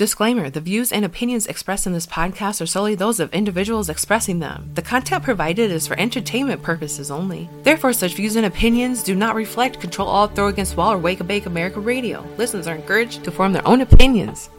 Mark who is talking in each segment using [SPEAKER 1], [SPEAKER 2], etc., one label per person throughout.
[SPEAKER 1] Disclaimer The views and opinions expressed in this podcast are solely those of individuals expressing them. The content provided is for entertainment purposes only. Therefore, such views and opinions do not reflect Control All Throw Against Wall or Wake a Bake America Radio. Listeners are encouraged to form their own opinions.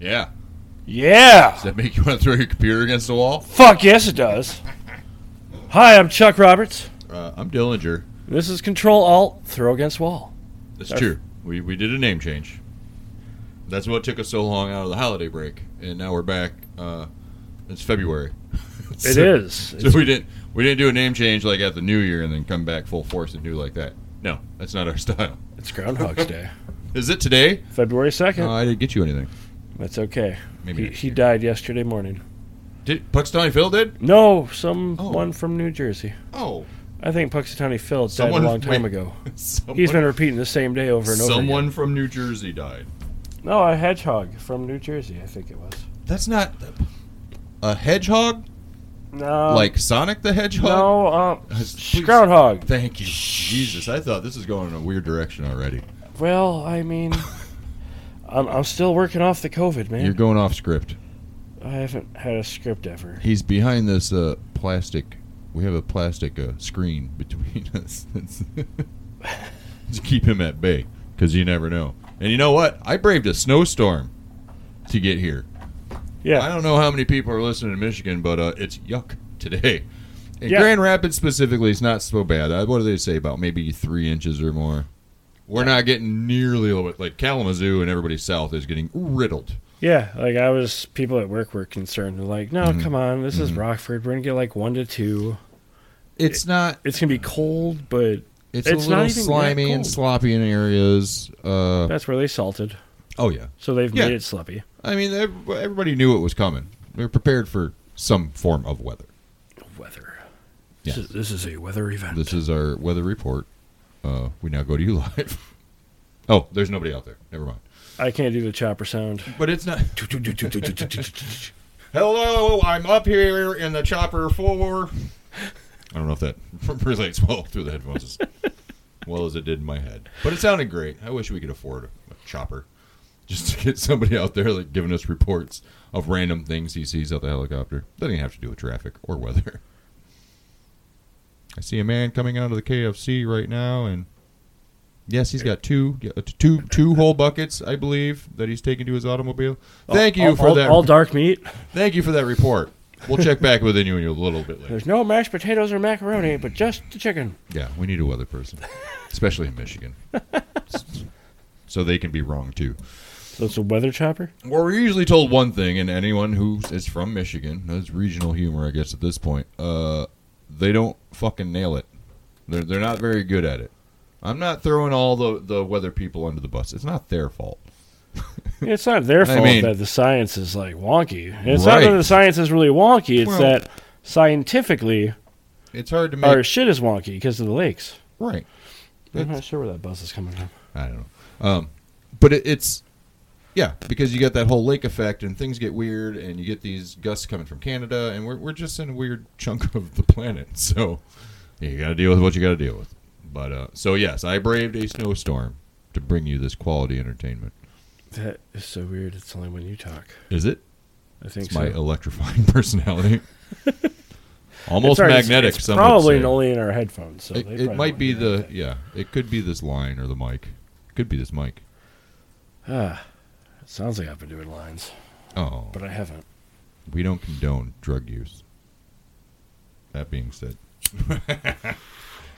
[SPEAKER 2] Yeah.
[SPEAKER 3] Yeah.
[SPEAKER 2] Does that make you want to throw your computer against the wall?
[SPEAKER 3] Fuck yes, it does. Hi, I'm Chuck Roberts.
[SPEAKER 2] Uh, I'm Dillinger.
[SPEAKER 3] This is Control Alt Throw Against Wall.
[SPEAKER 2] That's
[SPEAKER 3] That's-
[SPEAKER 2] true. We, we did a name change. That's what took us so long out of the holiday break, and now we're back. Uh, it's February.
[SPEAKER 3] It is.
[SPEAKER 2] So we didn't we didn't do a name change like at the New Year and then come back full force and do like that. No, that's not our style.
[SPEAKER 3] It's Groundhog's Day,
[SPEAKER 2] Is it today?
[SPEAKER 3] February second.
[SPEAKER 2] No, I didn't get you anything.
[SPEAKER 3] That's okay.
[SPEAKER 2] Uh, Maybe
[SPEAKER 3] he,
[SPEAKER 2] next
[SPEAKER 3] he
[SPEAKER 2] year.
[SPEAKER 3] died yesterday morning.
[SPEAKER 2] Did Puxtony Phil did?
[SPEAKER 3] No, someone
[SPEAKER 2] Oh.
[SPEAKER 3] from New Jersey.
[SPEAKER 2] Oh,
[SPEAKER 3] I think Puxatawny Phil died
[SPEAKER 2] Someone-
[SPEAKER 3] a long time
[SPEAKER 2] wait.
[SPEAKER 3] ago.
[SPEAKER 2] someone,
[SPEAKER 3] He's been repeating the same day over and over.
[SPEAKER 2] someone from New Jersey died.
[SPEAKER 3] Again. No, a hedgehog from New Jersey, I think it was.
[SPEAKER 2] That's not a hedgehog
[SPEAKER 3] No.
[SPEAKER 2] like Sonic the Hedgehog.
[SPEAKER 3] no, um,
[SPEAKER 2] Please.
[SPEAKER 3] sh- groundhog.
[SPEAKER 2] Thank you, Jesus. I thought this was going in a weird direction already.
[SPEAKER 3] Well, I mean, I'm, I'm still working off the COVID, man.
[SPEAKER 2] You're going off script.
[SPEAKER 3] I haven't had a script ever.
[SPEAKER 2] He's behind this uh, plastic. We have a plastic uh, screen between us It's- to keep him at bay because you never know. And you know what? I braved a snowstorm to get here. I
[SPEAKER 3] Yeah,
[SPEAKER 2] don't know how many people are listening in Michigan, but uh, it's yuck today. In
[SPEAKER 3] Yeah.
[SPEAKER 2] Grand Rapids specifically, it's not so bad. Uh, What do they say about maybe three inches or more? We're not getting nearly what like Kalamazoo and everybody south is getting riddled.
[SPEAKER 3] yeah. Like I was, people at work were concerned. They're like,
[SPEAKER 2] Mm-hmm.
[SPEAKER 3] "No, come on, this is Rockford. We're gonna get like one to two.
[SPEAKER 2] It's not.
[SPEAKER 3] It's gonna be cold, but
[SPEAKER 2] It's,
[SPEAKER 3] It's
[SPEAKER 2] a
[SPEAKER 3] not
[SPEAKER 2] little
[SPEAKER 3] even that
[SPEAKER 2] slimy and
[SPEAKER 3] cold.
[SPEAKER 2] sloppy in areas. Uh,
[SPEAKER 3] that's where they salted,
[SPEAKER 2] oh yeah.
[SPEAKER 3] so they've
[SPEAKER 2] Yeah.
[SPEAKER 3] made it sloppy.
[SPEAKER 2] I mean, ev- everybody knew it was coming. They were prepared for some form of weather.
[SPEAKER 3] Weather.
[SPEAKER 2] Yes.
[SPEAKER 3] This, is, this is a weather event.
[SPEAKER 2] This is our weather report. Uh, we now go to you live. oh, there's nobody out there. Never mind.
[SPEAKER 3] I can't do the chopper sound.
[SPEAKER 2] But it's not. Hello, I'm up here in the chopper floor. I don't know if that relates well through the headphones as well as it did in my head. But it sounded great. I wish we could afford a chopper just to get somebody out there like giving us reports of random things he sees out the helicopter. Doesn't even have to do with traffic or weather. I see a man coming out of the KFC right now, and yes, he's got two uh, two two whole buckets, I believe, that he's taking to his automobile. Thank you
[SPEAKER 3] all,
[SPEAKER 2] for
[SPEAKER 3] all-
[SPEAKER 2] that.
[SPEAKER 3] All dark meat.
[SPEAKER 2] Thank you for that report. We'll check back with you in a little bit later.
[SPEAKER 3] There's no mashed potatoes or macaroni, but just the chicken.
[SPEAKER 2] Yeah, we need a weather person, especially in Michigan, so they can be wrong too.
[SPEAKER 3] So it's a weather chopper.
[SPEAKER 2] Well, we're usually told one thing, and anyone who is from Michigan, that's regional humor, I guess, at this point. Uh, they don't fucking nail it. They're they're not very good at it. I'm not throwing all the the weather people under the bus. It's not their fault.
[SPEAKER 3] It's not their fault
[SPEAKER 2] mean-
[SPEAKER 3] that the science is like wonky. And It's not
[SPEAKER 2] Right.
[SPEAKER 3] that the science is really wonky. It's
[SPEAKER 2] Well-
[SPEAKER 3] that scientifically
[SPEAKER 2] It's hard to make
[SPEAKER 3] our shit is wonky because of the lakes.
[SPEAKER 2] right.
[SPEAKER 3] I'm not sure where that buzz is coming from.
[SPEAKER 2] I don't know. Um, but it, it's yeah, because you got that whole lake effect, and things get weird, and you get these gusts coming from Canada, and we're we're just in a weird chunk of the planet, so you got to deal with what you got to deal with. But uh, so yes, I braved a snowstorm to bring you this quality entertainment.
[SPEAKER 3] That is so weird. It's only when you talk.
[SPEAKER 2] Is it?
[SPEAKER 3] I think
[SPEAKER 2] It's
[SPEAKER 3] so.
[SPEAKER 2] my electrifying personality. Almost
[SPEAKER 3] Sorry, it's-
[SPEAKER 2] magnetic.
[SPEAKER 3] It's
[SPEAKER 2] some would
[SPEAKER 3] probably
[SPEAKER 2] say.
[SPEAKER 3] only in our headphones. So
[SPEAKER 2] It,
[SPEAKER 3] they
[SPEAKER 2] it
[SPEAKER 3] probably
[SPEAKER 2] might be
[SPEAKER 3] won't hear
[SPEAKER 2] the yeah. It could be this line or the mic. Could be this mic.
[SPEAKER 3] that. Ah, it sounds like I've been doing lines,
[SPEAKER 2] Oh.
[SPEAKER 3] but I haven't.
[SPEAKER 2] We don't condone drug use. That being said,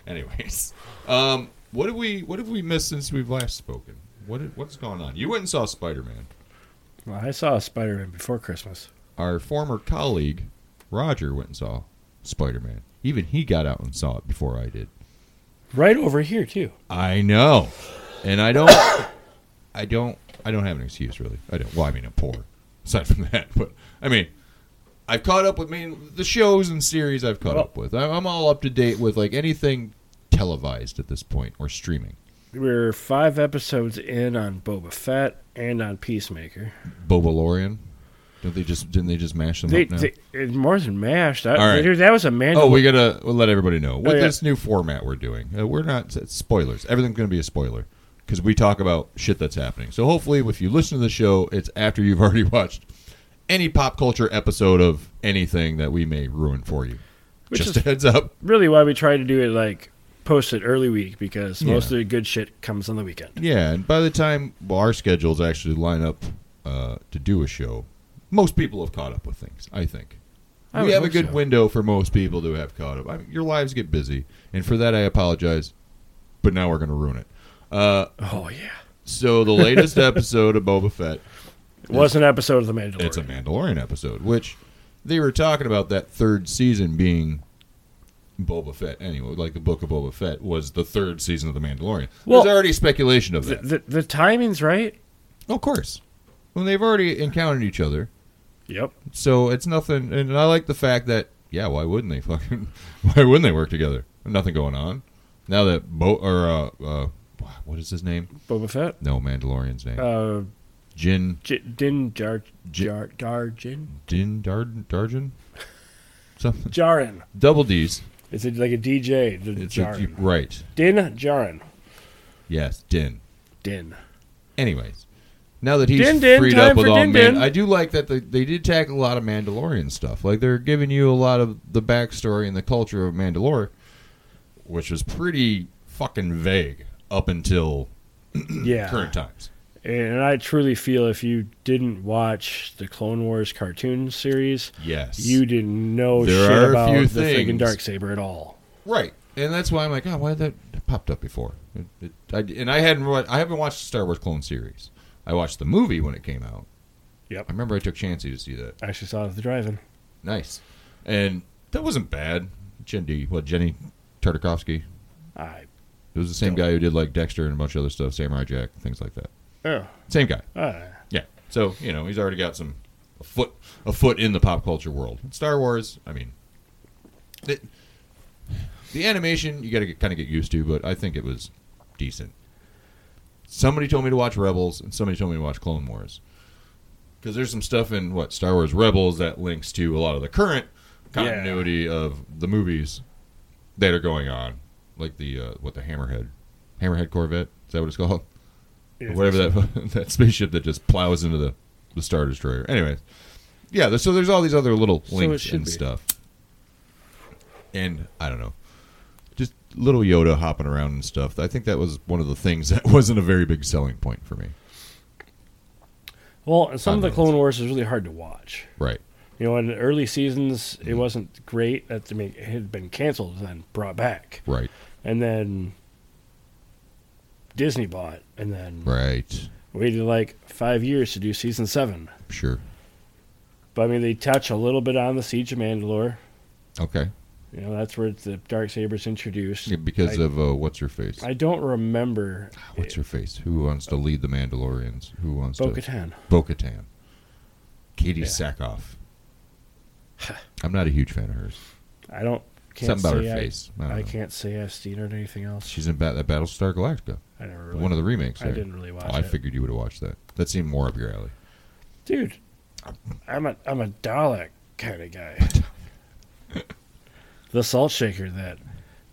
[SPEAKER 2] anyways, um, what have we what have we missed since we've last spoken? What what's gone on? You went and saw Spider Man.
[SPEAKER 3] Well, I saw Spider Man before Christmas.
[SPEAKER 2] Our former colleague Roger went and saw Spider Man. Even he got out and saw it before I did.
[SPEAKER 3] Right over here too.
[SPEAKER 2] I know. and I don't, I don't, I don't have an excuse really. I don't. Well, I mean, I'm poor. Aside from that, but I mean, I've caught up with. I mean, the shows and series I've caught up with. I- I'm all up to date with like anything televised at this point or streaming.
[SPEAKER 3] We're five episodes in on Boba Fett and on Peacemaker.
[SPEAKER 2] Bobalorian. Don't they just? Didn't they just mash them
[SPEAKER 3] They,
[SPEAKER 2] up now?
[SPEAKER 3] they, it's more than mashed. That,
[SPEAKER 2] All right.
[SPEAKER 3] dude, that was a manual.
[SPEAKER 2] Oh, we gotta we'll let everybody know with
[SPEAKER 3] Oh, yeah.
[SPEAKER 2] this new format we're doing. Uh, we're not it's spoilers. Everything's gonna be a spoiler because we talk about shit that's happening. So hopefully, if you listen to the show, it's after you've already watched any pop culture episode of anything that we may ruin for you.
[SPEAKER 3] Which
[SPEAKER 2] Just
[SPEAKER 3] is-
[SPEAKER 2] a heads up.
[SPEAKER 3] really why we try to do it like post it early week because
[SPEAKER 2] Yeah.
[SPEAKER 3] most of the good shit comes on the weekend.
[SPEAKER 2] Yeah, and by the time well, our schedules actually line up uh, to do a show, most people have caught up with things. I think
[SPEAKER 3] I
[SPEAKER 2] we
[SPEAKER 3] would
[SPEAKER 2] have a
[SPEAKER 3] hope
[SPEAKER 2] good
[SPEAKER 3] so.
[SPEAKER 2] window for most people to have caught up. I mean, your lives get busy, and for that I apologize, but now we're going to ruin it. Uh,
[SPEAKER 3] Oh yeah,
[SPEAKER 2] so the latest episode of Boba Fett,
[SPEAKER 3] it was an episode of the Mandalorian.
[SPEAKER 2] it's a Mandalorian episode, which they were talking about that third season being. Boba Fett, anyway, like the book of Boba Fett was the third season of The Mandalorian.
[SPEAKER 3] Well-
[SPEAKER 2] There's already speculation of
[SPEAKER 3] the,
[SPEAKER 2] that.
[SPEAKER 3] the, the timing's right.
[SPEAKER 2] Of course. Well, they've already encountered each other,
[SPEAKER 3] Yep.
[SPEAKER 2] so it's nothing. And I like the fact that yeah, why wouldn't they fucking? Why wouldn't they work together? Nothing going on. Now that Bo or uh, uh, what is his name?
[SPEAKER 3] Boba Fett.
[SPEAKER 2] No, Mandalorian's name.
[SPEAKER 3] Uh,
[SPEAKER 2] Jin
[SPEAKER 3] J- Din Jar
[SPEAKER 2] J-
[SPEAKER 3] Jar Darjin
[SPEAKER 2] Din Dard Darjin. Something.
[SPEAKER 3] Jarin.
[SPEAKER 2] Double D's.
[SPEAKER 3] It's a, like a DJ. The
[SPEAKER 2] It's a,
[SPEAKER 3] Jarin.
[SPEAKER 2] right.
[SPEAKER 3] Din Jarin.
[SPEAKER 2] Yes, Din.
[SPEAKER 3] Din.
[SPEAKER 2] Anyways, now that he's
[SPEAKER 3] Din Din,
[SPEAKER 2] freed
[SPEAKER 3] time
[SPEAKER 2] up with
[SPEAKER 3] for
[SPEAKER 2] all
[SPEAKER 3] Din
[SPEAKER 2] man,
[SPEAKER 3] Din.
[SPEAKER 2] I do like that they, they did tackle a lot of Mandalorian stuff. Like they're giving you a lot of the backstory and the culture of Mandalore, which was pretty fucking vague up until
[SPEAKER 3] Yeah.
[SPEAKER 2] current times.
[SPEAKER 3] And I truly feel if you didn't watch the Clone Wars cartoon series,
[SPEAKER 2] Yes,
[SPEAKER 3] you didn't know
[SPEAKER 2] There
[SPEAKER 3] shit
[SPEAKER 2] are a
[SPEAKER 3] about
[SPEAKER 2] few
[SPEAKER 3] the
[SPEAKER 2] things.
[SPEAKER 3] freaking dark saber at all.
[SPEAKER 2] right, and that's why I'm like, oh, why did that that popped up before? It, it, I, and I hadn't wa- I haven't watched the Star Wars Clone series. I watched the movie when it came out.
[SPEAKER 3] Yep.
[SPEAKER 2] I remember I took Chansey to see that.
[SPEAKER 3] I actually saw it at the drive-in.
[SPEAKER 2] Nice, and that wasn't bad. Jenny, what Jenny Tartakovsky?
[SPEAKER 3] I
[SPEAKER 2] It was the same guy who did like Dexter and a bunch of other stuff, Samurai Jack, things like that.
[SPEAKER 3] oh.
[SPEAKER 2] Same guy.
[SPEAKER 3] Uh,
[SPEAKER 2] Yeah. So you know he's already got some a foot a foot in the pop culture world. Star Wars. I mean, the, the animation you got to kind of get used to, but I think it was decent. Somebody told me to watch Rebels, and somebody told me to watch Clone Wars because there's some stuff in what Star Wars Rebels that links to a lot of the current continuity of the movies that are going on, like the uh, what the Hammerhead, Hammerhead Corvette. Is that what it's called?
[SPEAKER 3] yeah.
[SPEAKER 2] whatever that that spaceship that just plows into the the star destroyer. Anyways, yeah. there- So there's all these other little
[SPEAKER 3] So it
[SPEAKER 2] links
[SPEAKER 3] should
[SPEAKER 2] and
[SPEAKER 3] be.
[SPEAKER 2] stuff. And I don't know, just little Yoda hopping around and stuff. I think that was one of the things that wasn't a very big selling point for me.
[SPEAKER 3] Well, and some of the
[SPEAKER 2] Unrelated.
[SPEAKER 3] Clone Wars is really hard to watch.
[SPEAKER 2] Right.
[SPEAKER 3] You know, in the early seasons,
[SPEAKER 2] Mm-hmm.
[SPEAKER 3] it wasn't great. That I mean, it had been canceled and then brought back,
[SPEAKER 2] Right.
[SPEAKER 3] and then Disney bought, it, and then
[SPEAKER 2] Right.
[SPEAKER 3] waited like five years to do season seven.
[SPEAKER 2] Sure.
[SPEAKER 3] But I mean, they touch a little bit on the Siege of Mandalore.
[SPEAKER 2] Okay.
[SPEAKER 3] You know, that's where the dark sabers introduced.
[SPEAKER 2] Yeah, because
[SPEAKER 3] I-
[SPEAKER 2] of uh, what's her face?
[SPEAKER 3] I don't remember
[SPEAKER 2] what's her face? Who wants to lead the Mandalorians? Who wants
[SPEAKER 3] Bo
[SPEAKER 2] to?
[SPEAKER 3] Katan.
[SPEAKER 2] Bo-Katan. Katie
[SPEAKER 3] Yeah.
[SPEAKER 2] Sackhoff. I'm not a huge fan of hers.
[SPEAKER 3] I don't. Can't
[SPEAKER 2] Something about
[SPEAKER 3] say
[SPEAKER 2] her
[SPEAKER 3] I-
[SPEAKER 2] face. I,
[SPEAKER 3] I,
[SPEAKER 2] don't know.
[SPEAKER 3] can't say I've seen her in anything else.
[SPEAKER 2] She's in ba- that Battlestar Galactica,
[SPEAKER 3] I never really.
[SPEAKER 2] one of the remakes.
[SPEAKER 3] I
[SPEAKER 2] there.
[SPEAKER 3] didn't really watch
[SPEAKER 2] Oh, I
[SPEAKER 3] it.
[SPEAKER 2] figured you would have watched that. That seemed more up your alley.
[SPEAKER 3] Dude, I'm a I'm a Dalek kind of guy. the salt shaker that,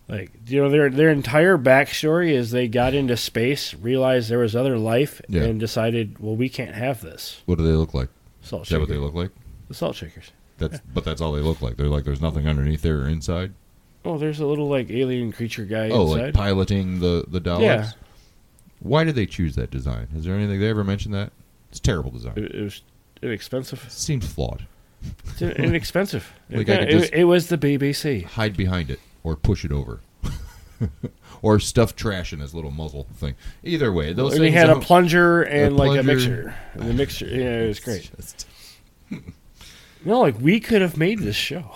[SPEAKER 3] like, you know, their their entire backstory is they got into space, realized there was other life,
[SPEAKER 2] Yeah.
[SPEAKER 3] and decided, well, we can't have this
[SPEAKER 2] What do they look like?
[SPEAKER 3] salt
[SPEAKER 2] Is that
[SPEAKER 3] shaker.
[SPEAKER 2] what they look like?
[SPEAKER 3] The salt shakers.
[SPEAKER 2] That's but that's all they look like. They're like there's nothing underneath there or inside.
[SPEAKER 3] Oh, there's a little like alien creature guy
[SPEAKER 2] oh, like
[SPEAKER 3] inside.
[SPEAKER 2] piloting the the Daleks.
[SPEAKER 3] Yeah.
[SPEAKER 2] Why did they choose that design? Is there anything they ever mentioned that? It's a terrible design. It
[SPEAKER 3] it, it was inexpensive.
[SPEAKER 2] seems flawed.
[SPEAKER 3] It's inexpensive.
[SPEAKER 2] Like,
[SPEAKER 3] it,
[SPEAKER 2] I could just-
[SPEAKER 3] it was the BBC.
[SPEAKER 2] Hide behind it or push it over. or stuff trash in his little muzzle thing. Either way, those
[SPEAKER 3] And he
[SPEAKER 2] things
[SPEAKER 3] had a
[SPEAKER 2] don't-
[SPEAKER 3] plunger and like a
[SPEAKER 2] plunger.
[SPEAKER 3] mixer. And the mixer, yeah, it was great.
[SPEAKER 2] Just-
[SPEAKER 3] No, like we could have made this show.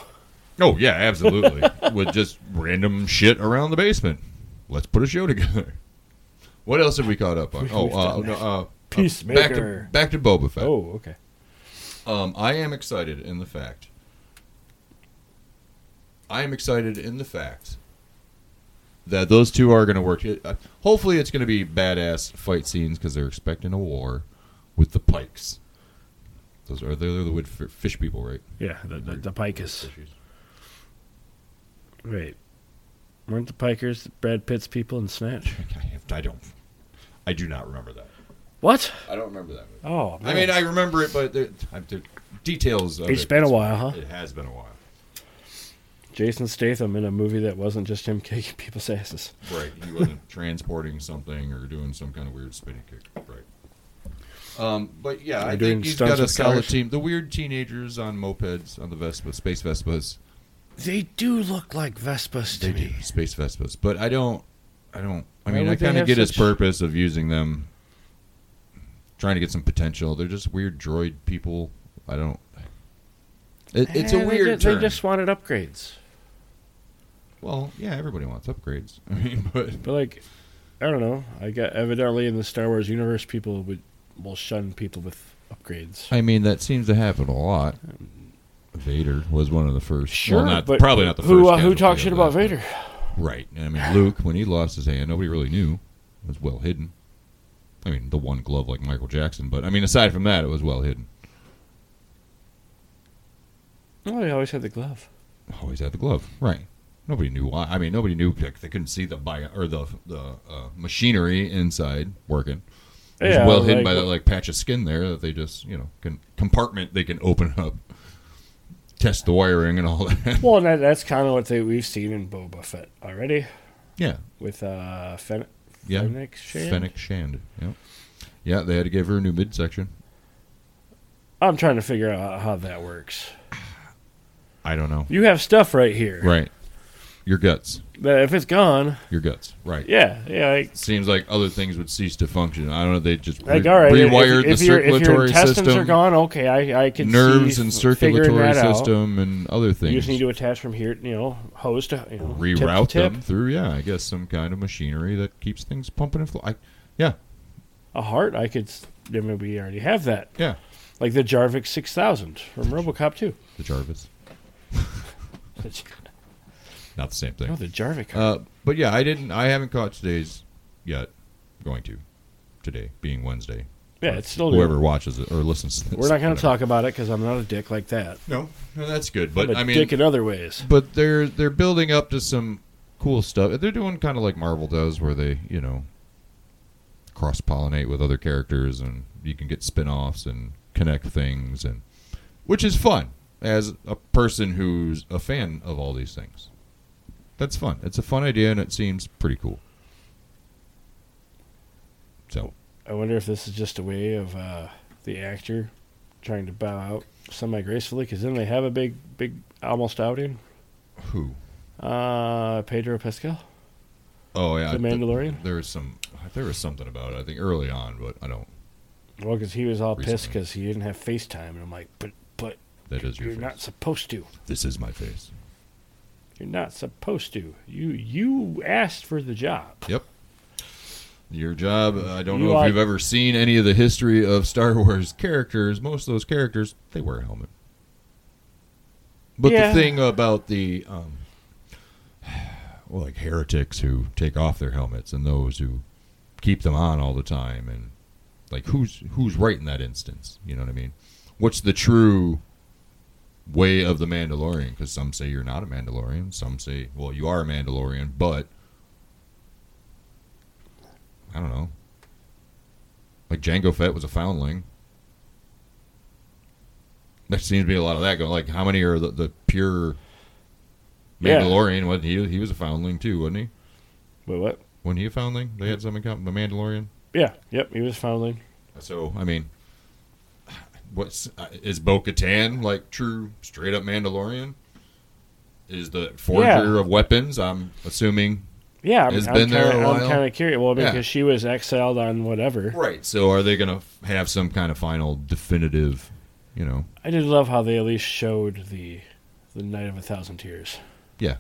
[SPEAKER 2] Oh yeah, absolutely. With just random shit around the basement. Let's put a show together. What else have we caught up on?
[SPEAKER 3] We-
[SPEAKER 2] Oh,
[SPEAKER 3] we've
[SPEAKER 2] uh,
[SPEAKER 3] done
[SPEAKER 2] no,
[SPEAKER 3] that.
[SPEAKER 2] uh, back to
[SPEAKER 3] Peacemaker.
[SPEAKER 2] back to Boba Fett.
[SPEAKER 3] Oh, okay.
[SPEAKER 2] Um, I am excited in the fact. I am excited in the fact that those two are going to work. It, uh, hopefully, it's going to be badass fight scenes because they're expecting a war with the Pikes. Those are they're, the wood f- fish people, right?
[SPEAKER 3] Yeah, the, the, the pike is
[SPEAKER 2] Fishies.
[SPEAKER 3] Wait. Weren't the pikers Brad Pitt's people in Snatch?
[SPEAKER 2] I, have, I don't. I do not remember that.
[SPEAKER 3] What?
[SPEAKER 2] I don't remember that. Movie.
[SPEAKER 3] Oh,
[SPEAKER 2] I mean, I remember it, but the, I- the details. Of
[SPEAKER 3] it's been a while, huh?
[SPEAKER 2] It has been a while.
[SPEAKER 3] Jason Statham in a movie that wasn't just him kicking people's asses.
[SPEAKER 2] Right. He wasn't transporting something or doing some kind of weird spinning kick. Right. Um, but yeah,
[SPEAKER 3] Or
[SPEAKER 2] I
[SPEAKER 3] doing
[SPEAKER 2] think he's
[SPEAKER 3] stunts
[SPEAKER 2] got a
[SPEAKER 3] with
[SPEAKER 2] solid
[SPEAKER 3] cars.
[SPEAKER 2] team. The weird teenagers on mopeds, on the Vespa, space Vespas.
[SPEAKER 3] They do look like Vespas
[SPEAKER 2] They do space Vespas, but I don't. I don't. I
[SPEAKER 3] Why
[SPEAKER 2] mean,
[SPEAKER 3] would
[SPEAKER 2] I
[SPEAKER 3] they
[SPEAKER 2] kind of
[SPEAKER 3] have
[SPEAKER 2] get his
[SPEAKER 3] such-
[SPEAKER 2] purpose of using them, trying to get some potential. They're just weird droid people. I don't. It, it's a weird.
[SPEAKER 3] Eh, They just,
[SPEAKER 2] turn.
[SPEAKER 3] they just wanted upgrades,
[SPEAKER 2] Well, yeah, everybody wants upgrades. I mean, but
[SPEAKER 3] but like, I don't know. I got evidently in the Star Wars universe, people would will shun people with upgrades.
[SPEAKER 2] I mean, that seems to happen a lot. Vader was one of the first.
[SPEAKER 3] Sure,
[SPEAKER 2] well, not,
[SPEAKER 3] but
[SPEAKER 2] probably not the first.
[SPEAKER 3] Who uh, who
[SPEAKER 2] casualty
[SPEAKER 3] talks
[SPEAKER 2] of
[SPEAKER 3] shit
[SPEAKER 2] that,
[SPEAKER 3] about
[SPEAKER 2] but-
[SPEAKER 3] Vader?
[SPEAKER 2] Right. I mean, Luke, when he lost his hand, nobody really knew. It was well hidden. I mean, the one glove like Michael Jackson, but I mean, aside from that, it was well hidden.
[SPEAKER 3] Well, he always had the glove.
[SPEAKER 2] Always Oh, had the glove. Right. Nobody knew why. I mean, nobody knew. Like, they couldn't see the bio, or the the uh, machinery inside working. It was well hidden by that like patch of skin there that they just you know can compartment they can open up, test the wiring and all that.
[SPEAKER 3] Well, and that, that's kind of what they, we've seen in Boba Fett already
[SPEAKER 2] yeah.
[SPEAKER 3] with uh, Fen-
[SPEAKER 2] Yeah.
[SPEAKER 3] Fennec Shand?
[SPEAKER 2] Fennec Shand. Yep. Yeah, they had to give her a new midsection.
[SPEAKER 3] I'm trying to figure out how that works.
[SPEAKER 2] I don't know.
[SPEAKER 3] You have stuff right here.
[SPEAKER 2] Right. Your guts.
[SPEAKER 3] That if it's gone,
[SPEAKER 2] Your guts. Right.
[SPEAKER 3] yeah, yeah. Like,
[SPEAKER 2] Seems like other things would cease to function. I don't know. They just
[SPEAKER 3] like
[SPEAKER 2] re-
[SPEAKER 3] all right, if-
[SPEAKER 2] rewired
[SPEAKER 3] if,
[SPEAKER 2] the
[SPEAKER 3] your- if your
[SPEAKER 2] circulatory
[SPEAKER 3] intestines
[SPEAKER 2] system,
[SPEAKER 3] are gone, okay, I, I can
[SPEAKER 2] nerves
[SPEAKER 3] see
[SPEAKER 2] and
[SPEAKER 3] f- figuring
[SPEAKER 2] circulatory
[SPEAKER 3] that out.
[SPEAKER 2] system, and other things.
[SPEAKER 3] You just need to attach from here, you know, hose to you know,
[SPEAKER 2] reroute
[SPEAKER 3] tip to tip.
[SPEAKER 2] them through. Yeah, I guess some kind of machinery that keeps things pumping and flowing. Yeah,
[SPEAKER 3] A heart, I could. s- I mean, we already have that,
[SPEAKER 2] yeah.
[SPEAKER 3] like the Jarvik six thousand from RoboCop two.
[SPEAKER 2] The Jarvis, not the same thing.
[SPEAKER 3] No, the Jarvik.
[SPEAKER 2] Uh,
[SPEAKER 3] heart.
[SPEAKER 2] but yeah, I didn't. I haven't caught today's yet. Going to today being Wednesday.
[SPEAKER 3] yeah, it's still.
[SPEAKER 2] Whoever watches it or listens to this,
[SPEAKER 3] We're not going
[SPEAKER 2] whatever.
[SPEAKER 3] to talk about it because I'm not a dick like that.
[SPEAKER 2] No, no, that's good.
[SPEAKER 3] I'm
[SPEAKER 2] But
[SPEAKER 3] a
[SPEAKER 2] I mean,
[SPEAKER 3] dick in other ways.
[SPEAKER 2] but they're they're building up to some cool stuff. They're doing kind of like Marvel does, where they you know cross pollinate with other characters, and you can get spin offs and connect things, and which is fun as a person who's a fan of all these things. That's fun. It's a fun idea, and it seems pretty cool. So
[SPEAKER 3] I wonder if this is just a way of uh, the actor trying to bow out semi gracefully because then they have a big, big almost outing.
[SPEAKER 2] who?
[SPEAKER 3] Uh, Pedro Pascal,
[SPEAKER 2] Oh yeah,
[SPEAKER 3] the Mandalorian.
[SPEAKER 2] There was some. There was something about it. I think early on, but I don't.
[SPEAKER 3] Well, because he was all pissed
[SPEAKER 2] Recently.
[SPEAKER 3] because he didn't have FaceTime, and I'm like, but but
[SPEAKER 2] That is your
[SPEAKER 3] you're
[SPEAKER 2] face.
[SPEAKER 3] not supposed to.
[SPEAKER 2] This is my face.
[SPEAKER 3] You're not supposed to. You you asked for the job.
[SPEAKER 2] Yep. Your job. Uh, I don't
[SPEAKER 3] You
[SPEAKER 2] know
[SPEAKER 3] are-
[SPEAKER 2] if you've ever seen any of the history of Star Wars characters. Most of those characters, they wear a helmet. But
[SPEAKER 3] Yeah.
[SPEAKER 2] the thing about the, um, well, like heretics who take off their helmets and those who keep them on all the time, and like who's who's right in that instance? You know what I mean? What's the true way of the Mandalorian? Because some say you're not a Mandalorian. Some say, well, you are a Mandalorian, but I don't know. Like Django Fett was a foundling. There seems to be a lot of that going. Like, how many are the, the pure
[SPEAKER 3] Yeah.
[SPEAKER 2] Mandalorian? Wasn't he? He was a foundling too, wasn't he?
[SPEAKER 3] Wait, what?
[SPEAKER 2] Wasn't he a foundling? They had something common. The Mandalorian.
[SPEAKER 3] Yeah. Yep. He was foundling.
[SPEAKER 2] So I mean, what's uh, is Bo Katan like? True, straight up Mandalorian. Is the forger of weapons? I'm assuming.
[SPEAKER 3] Yeah, I'm,
[SPEAKER 2] Has
[SPEAKER 3] I'm
[SPEAKER 2] been there
[SPEAKER 3] kinda,
[SPEAKER 2] a
[SPEAKER 3] I'm
[SPEAKER 2] while.
[SPEAKER 3] kind of curious. Well, because
[SPEAKER 2] Yeah.
[SPEAKER 3] she was exiled on whatever.
[SPEAKER 2] Right. So are they going to have some kind of final, definitive? You know,
[SPEAKER 3] I did love how they at least showed the the Night of a Thousand Tears.
[SPEAKER 2] Yeah.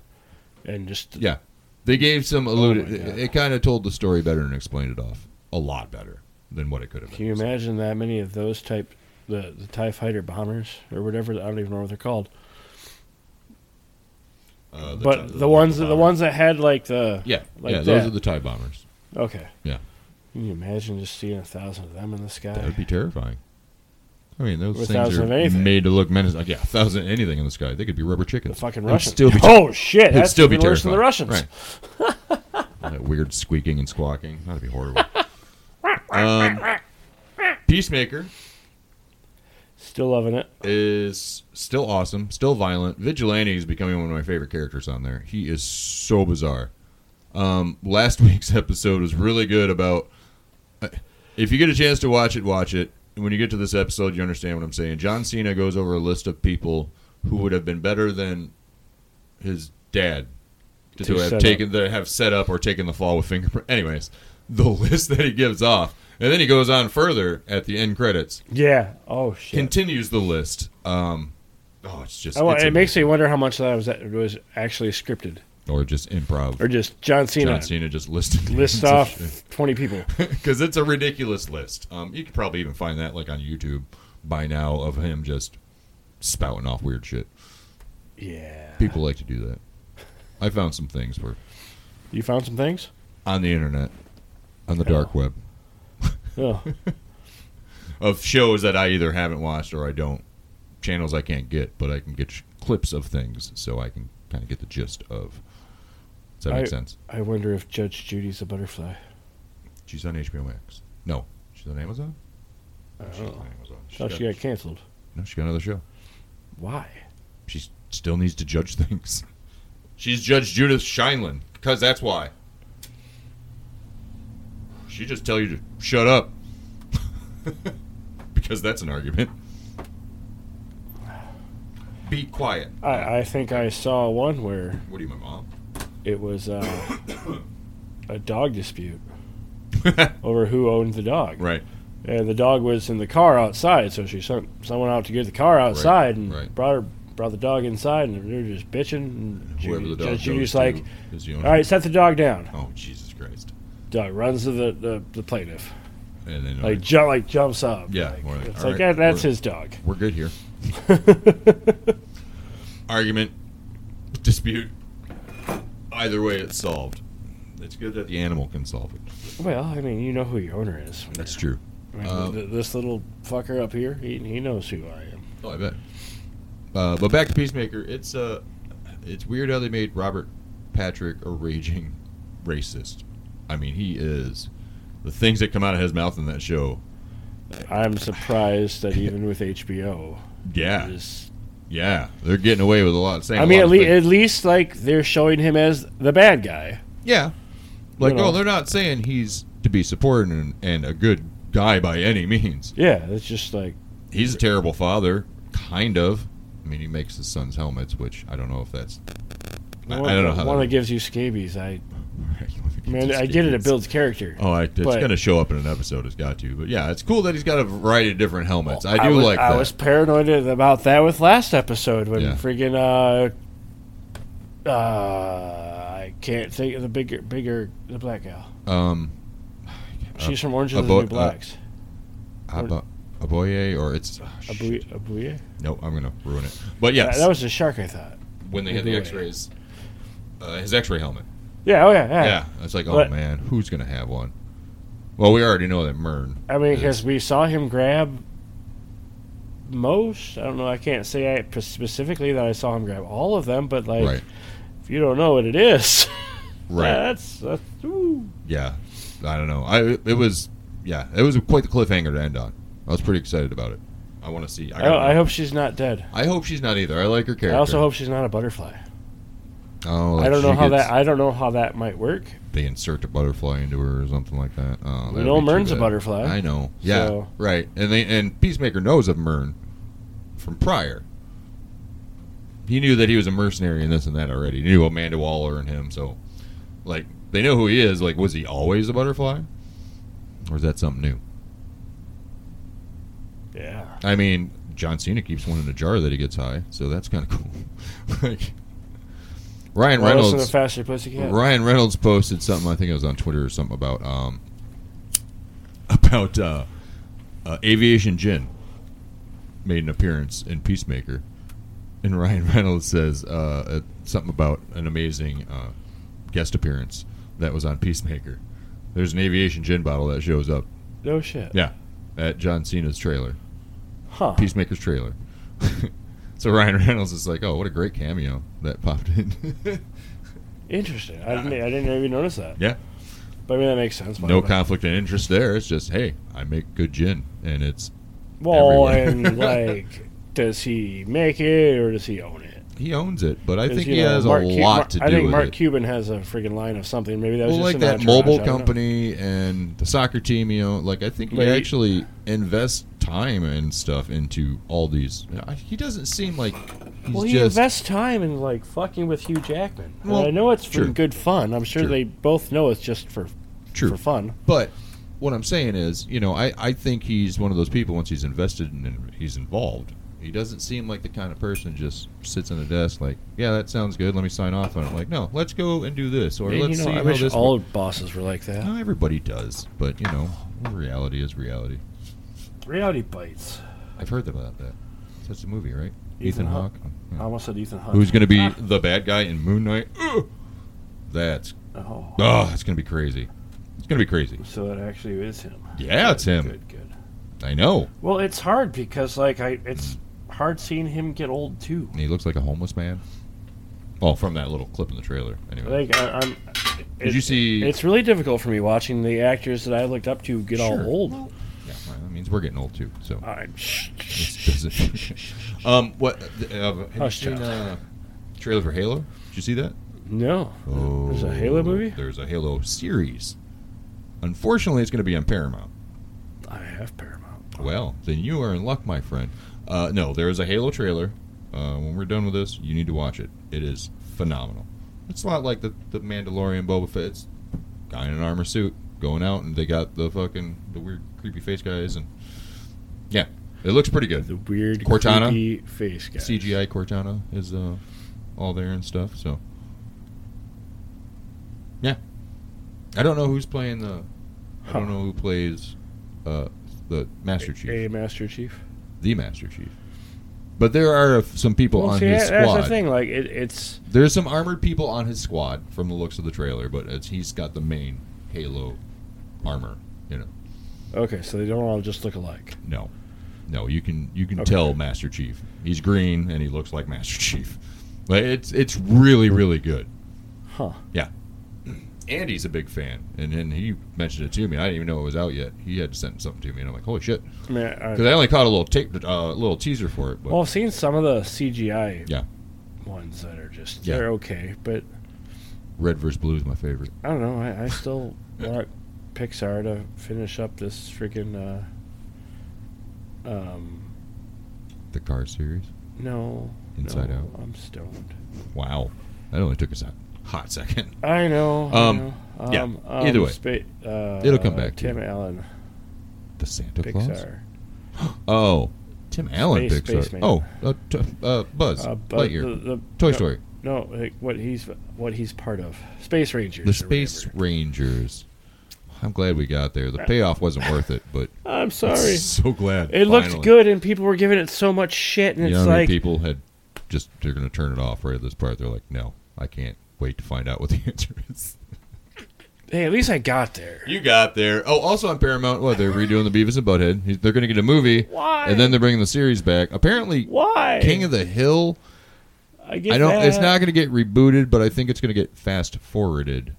[SPEAKER 3] And just
[SPEAKER 2] Yeah. They gave some alluded.
[SPEAKER 3] Oh my God.
[SPEAKER 2] it kind of told the story better and explained it off a lot better than what it could have been.
[SPEAKER 3] Can you imagine that many of those type the the Tie Fighter bombers or whatever? I don't even know what they're called.
[SPEAKER 2] Uh,
[SPEAKER 3] but the, ones that the ones that had like the
[SPEAKER 2] Yeah,
[SPEAKER 3] like
[SPEAKER 2] yeah, those
[SPEAKER 3] that.
[SPEAKER 2] are the tie bombers.
[SPEAKER 3] okay
[SPEAKER 2] Yeah.
[SPEAKER 3] Can you imagine just seeing a thousand of them in the sky?
[SPEAKER 2] That would be terrifying. I mean, those
[SPEAKER 3] Or a
[SPEAKER 2] things
[SPEAKER 3] thousand
[SPEAKER 2] are
[SPEAKER 3] of anything.
[SPEAKER 2] made to look menacing. Like, yeah, a thousand anything in the sky. They could be rubber
[SPEAKER 3] the
[SPEAKER 2] chickens.
[SPEAKER 3] fucking
[SPEAKER 2] It'd
[SPEAKER 3] Russians.
[SPEAKER 2] Still be,
[SPEAKER 3] oh shit!
[SPEAKER 2] it'd
[SPEAKER 3] That's
[SPEAKER 2] still be
[SPEAKER 3] even worse than the
[SPEAKER 2] terrifying.
[SPEAKER 3] Russians.
[SPEAKER 2] Right. All that weird squeaking and squawking. That'd be horrible. um, Peacemaker
[SPEAKER 3] Still loving it.
[SPEAKER 2] is still awesome, still violent. Vigilante is becoming one of my favorite characters on there. He is so bizarre. Um, last week's episode was really good about. uh, If you get a chance to watch it, watch it. And when you get to this episode, you understand what I'm saying. John Cena goes over a list of people who would have been better than his dad to,
[SPEAKER 3] To
[SPEAKER 2] do- have
[SPEAKER 3] set
[SPEAKER 2] taken to have set up or taken the fall with fingerprint. Anyways, the list that he gives off, and then he goes on further at the end credits
[SPEAKER 3] Yeah. Oh shit.
[SPEAKER 2] continues the list. Um, oh, it's just
[SPEAKER 3] Oh,
[SPEAKER 2] it's
[SPEAKER 3] it makes me
[SPEAKER 2] amazing.
[SPEAKER 3] wonder how much of that was that was actually scripted
[SPEAKER 2] or just improv.
[SPEAKER 3] or just John Cena
[SPEAKER 2] John Cena just listed
[SPEAKER 3] lists off twenty people.
[SPEAKER 2] because it's a ridiculous list. Um, you could probably even find that like on YouTube by now of him just spouting off weird shit.
[SPEAKER 3] Yeah.
[SPEAKER 2] People like to do that. I found some things where
[SPEAKER 3] You found some things.
[SPEAKER 2] on the internet, on the dark web,
[SPEAKER 3] Oh.
[SPEAKER 2] of shows that I either haven't watched or I don't channels I can't get, but I can get sh- clips of things so I can kind of get the gist of. Does that make
[SPEAKER 3] I-
[SPEAKER 2] sense?
[SPEAKER 3] I wonder if Judge Judy's a butterfly.
[SPEAKER 2] She's on HBO Max. No, she's on Amazon.
[SPEAKER 3] I
[SPEAKER 2] She's
[SPEAKER 3] don't know.
[SPEAKER 2] on Amazon. She
[SPEAKER 3] Thought Oh. she got canceled.
[SPEAKER 2] no, she got another show.
[SPEAKER 3] Why?
[SPEAKER 2] She still needs to judge things. She's Judge Judith Shineland because that's why. She just tell you to shut up because that's an argument. Be quiet.
[SPEAKER 3] I, I think I saw one where
[SPEAKER 2] What are you, my mom?
[SPEAKER 3] it was uh, a dog dispute over who owned the dog.
[SPEAKER 2] right.
[SPEAKER 3] And the dog was in the car outside, so she sent someone out to get the car outside and
[SPEAKER 2] right.
[SPEAKER 3] brought her brought the dog inside, and they were just bitching. And
[SPEAKER 2] Whoever
[SPEAKER 3] Judy,
[SPEAKER 2] the dog
[SPEAKER 3] Judge Judy's
[SPEAKER 2] goes to
[SPEAKER 3] like,
[SPEAKER 2] is the
[SPEAKER 3] "All
[SPEAKER 2] owner.
[SPEAKER 3] right, set the dog down."
[SPEAKER 2] Oh Jesus Christ!
[SPEAKER 3] Dog runs to the, the, the plaintiff,
[SPEAKER 2] And then uh,
[SPEAKER 3] like jump, like jumps up.
[SPEAKER 2] Yeah,
[SPEAKER 3] Like,
[SPEAKER 2] more like,
[SPEAKER 3] it's
[SPEAKER 2] "All
[SPEAKER 3] like
[SPEAKER 2] right,
[SPEAKER 3] "Eh, that's
[SPEAKER 2] we're-
[SPEAKER 3] his dog.
[SPEAKER 2] We're good here. Argument, dispute. Either way, it's solved. It's good that the animal can solve it.
[SPEAKER 3] Well, I mean, you know who your owner is.
[SPEAKER 2] That's true.
[SPEAKER 3] I mean,
[SPEAKER 2] Uh,
[SPEAKER 3] th- this little fucker up here, he, he knows who I am.
[SPEAKER 2] Oh, I bet. Uh, but back to Peacemaker. It's uh, it's weird how they made Robert Patrick a raging racist. I mean, he is. The things that come out of his mouth in that show.
[SPEAKER 3] I'm surprised that even with HBO, it
[SPEAKER 2] Yeah,
[SPEAKER 3] is-
[SPEAKER 2] yeah, they're getting away with a lot. Saying
[SPEAKER 3] I
[SPEAKER 2] a
[SPEAKER 3] mean,
[SPEAKER 2] lot
[SPEAKER 3] at,
[SPEAKER 2] of
[SPEAKER 3] le-
[SPEAKER 2] things.
[SPEAKER 3] at least like they're showing him as the bad guy.
[SPEAKER 2] Yeah. Like,
[SPEAKER 3] know.
[SPEAKER 2] oh, they're not saying he's to be supported and, and a good guy by any means.
[SPEAKER 3] Yeah, it's just like
[SPEAKER 2] He's a terrible father, kind of. I mean, he makes his son's helmets, which I don't know if that's. I, I
[SPEAKER 3] one,
[SPEAKER 2] don't know how.
[SPEAKER 3] one that
[SPEAKER 2] that-
[SPEAKER 3] gives you scabies. I
[SPEAKER 2] Right,
[SPEAKER 3] man, I get it. It builds character.
[SPEAKER 2] Oh, I, it's
[SPEAKER 3] but-
[SPEAKER 2] going to show up in an episode. It's got to. But yeah, it's cool that he's got a variety of different helmets. I do
[SPEAKER 3] was,
[SPEAKER 2] like
[SPEAKER 3] I
[SPEAKER 2] that.
[SPEAKER 3] was paranoid about that with last episode when
[SPEAKER 2] Yeah.
[SPEAKER 3] friggin' uh, uh, I can't think of the bigger, bigger the black gal.
[SPEAKER 2] um,
[SPEAKER 3] She's from Orange is
[SPEAKER 2] Uh, a uh,
[SPEAKER 3] the
[SPEAKER 2] bo-
[SPEAKER 3] New Blacks.
[SPEAKER 2] Abo- Aboye, or it's. oh,
[SPEAKER 3] A
[SPEAKER 2] sh-
[SPEAKER 3] bui- a bui-
[SPEAKER 2] no, I'm going to ruin it. But
[SPEAKER 3] That-
[SPEAKER 2] yes,
[SPEAKER 3] That was a shark, I thought.
[SPEAKER 2] when they had the
[SPEAKER 3] Aboye.
[SPEAKER 2] x rays, uh, his x ray helmet.
[SPEAKER 3] Yeah, oh yeah, yeah.
[SPEAKER 2] Yeah, it's like, oh
[SPEAKER 3] But-
[SPEAKER 2] man, who's gonna have one? Well, we already know that Mern.
[SPEAKER 3] I mean,
[SPEAKER 2] is-
[SPEAKER 3] because we saw him grab most. I don't know. I can't say I p- specifically that I saw him grab all of them, but like,
[SPEAKER 2] right,
[SPEAKER 3] if you don't know what it is,
[SPEAKER 2] right,
[SPEAKER 3] that's that's. Ooh.
[SPEAKER 2] yeah. I don't know. I it was yeah, it was quite the cliffhanger to end on. I was pretty excited about it. I want to see.
[SPEAKER 3] I,
[SPEAKER 2] gotta-
[SPEAKER 3] I hope she's not dead.
[SPEAKER 2] I hope she's not either. I like her character.
[SPEAKER 3] I also hope she's not a butterfly.
[SPEAKER 2] Oh, like
[SPEAKER 3] I don't know
[SPEAKER 2] she
[SPEAKER 3] how
[SPEAKER 2] gets-
[SPEAKER 3] that. I don't know how that might work.
[SPEAKER 2] they insert a butterfly into her or something like that. Oh,
[SPEAKER 3] We
[SPEAKER 2] that'd
[SPEAKER 3] know
[SPEAKER 2] be too
[SPEAKER 3] Mern's a
[SPEAKER 2] bad.
[SPEAKER 3] butterfly,
[SPEAKER 2] I know. Yeah,
[SPEAKER 3] so-
[SPEAKER 2] right. And they and Peacemaker knows of Mern from prior. He knew that he was a mercenary and this and that already. He knew Amanda Waller and him, so like they know who he is. Like, was he always a butterfly, or is that something new?
[SPEAKER 3] Yeah.
[SPEAKER 2] I mean, John Cena keeps one in a jar that he gets high, so that's kind of cool. like, Ryan
[SPEAKER 3] Or listen to
[SPEAKER 2] Reynolds.
[SPEAKER 3] Faster Pussycat.
[SPEAKER 2] Ryan Reynolds posted something. I think it was on Twitter or something about um about uh, uh, aviation gin made an appearance in Peacemaker, and Ryan Reynolds says uh, uh, something about an amazing uh, guest appearance that was on Peacemaker. There's an aviation gin bottle that shows up.
[SPEAKER 3] No shit.
[SPEAKER 2] Yeah, at John Cena's trailer.
[SPEAKER 3] Huh.
[SPEAKER 2] Peacemaker's trailer. so Ryan Reynolds is like, "Oh, what a great cameo that popped in."
[SPEAKER 3] Interesting. I didn't. I didn't even notice that.
[SPEAKER 2] yeah,
[SPEAKER 3] But I mean, that makes sense.
[SPEAKER 2] no
[SPEAKER 3] Whatever.
[SPEAKER 2] conflict of interest there. It's just, hey, I make good gin, and it's
[SPEAKER 3] Well,
[SPEAKER 2] everywhere.
[SPEAKER 3] and like, does he make it or does he own it?
[SPEAKER 2] he owns it. But I
[SPEAKER 3] 'Cause,
[SPEAKER 2] think
[SPEAKER 3] you
[SPEAKER 2] he
[SPEAKER 3] know,
[SPEAKER 2] has
[SPEAKER 3] Mark
[SPEAKER 2] a lot
[SPEAKER 3] Cu- Mar-
[SPEAKER 2] to do
[SPEAKER 3] I think
[SPEAKER 2] with
[SPEAKER 3] Mark
[SPEAKER 2] it.
[SPEAKER 3] Cuban has a freaking line of something. Maybe that was
[SPEAKER 2] Well,
[SPEAKER 3] just
[SPEAKER 2] like
[SPEAKER 3] an
[SPEAKER 2] that
[SPEAKER 3] entourage, I
[SPEAKER 2] mobile
[SPEAKER 3] don't know.
[SPEAKER 2] company and the soccer team, you know, like I think he
[SPEAKER 3] Like-
[SPEAKER 2] actually invests time and stuff into all these. I- He doesn't seem like he's
[SPEAKER 3] Well, he
[SPEAKER 2] just
[SPEAKER 3] invests time in like fucking with Hugh Jackman. And
[SPEAKER 2] Well,
[SPEAKER 3] I know it's for
[SPEAKER 2] true.
[SPEAKER 3] good fun. I'm sure
[SPEAKER 2] True.
[SPEAKER 3] they both know it's just for
[SPEAKER 2] true.
[SPEAKER 3] for fun.
[SPEAKER 2] But what I'm saying is, you know, I, I think he's one of those people once he's invested in and he's involved. He doesn't seem like the kind of person who just sits at a desk like, yeah, that sounds good. Let me sign off on it. Like, no, let's go and do this, or
[SPEAKER 3] Man,
[SPEAKER 2] let's
[SPEAKER 3] you know,
[SPEAKER 2] see
[SPEAKER 3] I
[SPEAKER 2] how
[SPEAKER 3] wish
[SPEAKER 2] this.
[SPEAKER 3] all bosses were like that.
[SPEAKER 2] no, everybody does, but you know, reality is reality.
[SPEAKER 3] Reality bites.
[SPEAKER 2] I've heard about that. That's a movie, right?
[SPEAKER 3] Ethan
[SPEAKER 2] Hawke.
[SPEAKER 3] Hawke.
[SPEAKER 2] Yeah.
[SPEAKER 3] I almost said Ethan Hunt.
[SPEAKER 2] Who's going to be the bad guy in Moon Knight? Ugh. That's
[SPEAKER 3] Oh,
[SPEAKER 2] oh, it's going to be crazy. It's going to be crazy.
[SPEAKER 3] so it actually is him.
[SPEAKER 2] Yeah, it's him.
[SPEAKER 3] Good, good.
[SPEAKER 2] I know.
[SPEAKER 3] Well, it's hard because like I, it's hard seeing him get old too.
[SPEAKER 2] And he looks like a homeless man. Oh, from that little clip in the trailer. Anyway,
[SPEAKER 3] Like I, I'm.
[SPEAKER 2] did you see?
[SPEAKER 3] It's really difficult for me watching the actors that I looked up to get
[SPEAKER 2] Sure.
[SPEAKER 3] all old.
[SPEAKER 2] yeah, well, that means we're getting old too. So,
[SPEAKER 3] I-
[SPEAKER 2] It's- it's- um, what? Uh, have you
[SPEAKER 3] Hush,
[SPEAKER 2] seen
[SPEAKER 3] child.
[SPEAKER 2] uh, trailer for Halo? Did you see that? Oh,
[SPEAKER 3] no. There's a Halo movie?
[SPEAKER 2] There's a Halo series. Unfortunately, it's going to be on Paramount.
[SPEAKER 3] I have Paramount.
[SPEAKER 2] Well, then you are in luck, my friend. Uh, no, there is a Halo trailer. Uh, when we're done with this, you need to watch it. It is phenomenal. It's a lot like the, the Mandalorian Boba Fett. It's guy in an armor suit going out, and they got the fucking the weird creepy face guys, and yeah, it looks pretty good.
[SPEAKER 3] The weird
[SPEAKER 2] Cortana?
[SPEAKER 3] creepy face guy.
[SPEAKER 2] CGI Cortana is uh, all there and stuff. So yeah, I don't know who's playing the. I
[SPEAKER 3] Huh.
[SPEAKER 2] don't know who plays uh, the Master Chief
[SPEAKER 3] A Master Chief.
[SPEAKER 2] the Master Chief. But there are some people
[SPEAKER 3] Well,
[SPEAKER 2] on
[SPEAKER 3] see,
[SPEAKER 2] his
[SPEAKER 3] that- that's
[SPEAKER 2] squad.
[SPEAKER 3] the thing. Like it, it's
[SPEAKER 2] There's some armored people on his squad from the looks of the trailer, but it's, he's got the main Halo armor. You know,
[SPEAKER 3] okay. So they don't all just look alike.
[SPEAKER 2] no, no, you can you can
[SPEAKER 3] Okay.
[SPEAKER 2] tell Master Chief. He's green and he looks like Master Chief. But it's it's really really good.
[SPEAKER 3] Huh.
[SPEAKER 2] Yeah. Andy's a big fan, and then he mentioned it to me. I didn't even know it was out yet. He had sent something to me, and I'm like, "Holy shit!"
[SPEAKER 3] I mean, I,
[SPEAKER 2] Because I only caught a little tape, uh, little teaser for it. But
[SPEAKER 3] well, I've seen some of the CGI
[SPEAKER 2] Yeah.
[SPEAKER 3] ones that are just
[SPEAKER 2] Yeah.
[SPEAKER 3] they're okay, but
[SPEAKER 2] Red versus Blue is my favorite.
[SPEAKER 3] I don't know. I, I still want Pixar to finish up this freaking. Uh, um,
[SPEAKER 2] The car series.
[SPEAKER 3] no.
[SPEAKER 2] Inside
[SPEAKER 3] no,
[SPEAKER 2] Out.
[SPEAKER 3] I'm stoned.
[SPEAKER 2] Wow, that only took us a hot second.
[SPEAKER 3] I know. I
[SPEAKER 2] Um,
[SPEAKER 3] know. um,
[SPEAKER 2] yeah, either way.
[SPEAKER 3] spa- uh,
[SPEAKER 2] It'll come back to
[SPEAKER 3] Tim
[SPEAKER 2] you.
[SPEAKER 3] Allen,
[SPEAKER 2] The Santa Claus.
[SPEAKER 3] Pixar.
[SPEAKER 2] Oh, Tim Allen
[SPEAKER 3] Space-
[SPEAKER 2] Pixar.
[SPEAKER 3] Spaceman.
[SPEAKER 2] oh, uh, t- uh, Buzz
[SPEAKER 3] Uh, but
[SPEAKER 2] Lightyear.
[SPEAKER 3] the- the-
[SPEAKER 2] Toy
[SPEAKER 3] no,
[SPEAKER 2] Story.
[SPEAKER 3] No, like, what he's what he's part of. Space Rangers.
[SPEAKER 2] The
[SPEAKER 3] or
[SPEAKER 2] Space
[SPEAKER 3] whatever.
[SPEAKER 2] Rangers. I'm glad we got there. The payoff wasn't worth it, but
[SPEAKER 3] I'm sorry.
[SPEAKER 2] so glad
[SPEAKER 3] It looked
[SPEAKER 2] finally.
[SPEAKER 3] good, and people were giving it so much shit, and
[SPEAKER 2] You know
[SPEAKER 3] it's
[SPEAKER 2] how many
[SPEAKER 3] like
[SPEAKER 2] people had just they're going to turn it off right at this part. They're like, no, I can't wait to find out what the answer is.
[SPEAKER 3] Hey, at least I got there.
[SPEAKER 2] You got there. Oh, also on Paramount, well, they're redoing the Beavis and Butthead. He's- They're going to get a movie,
[SPEAKER 3] Why?
[SPEAKER 2] and then they're bringing the series back. Apparently,
[SPEAKER 3] Why?
[SPEAKER 2] King of the Hill.
[SPEAKER 3] I, get
[SPEAKER 2] I don't. It's
[SPEAKER 3] that.
[SPEAKER 2] not going to get rebooted, but I think it's going to get fast forwarded.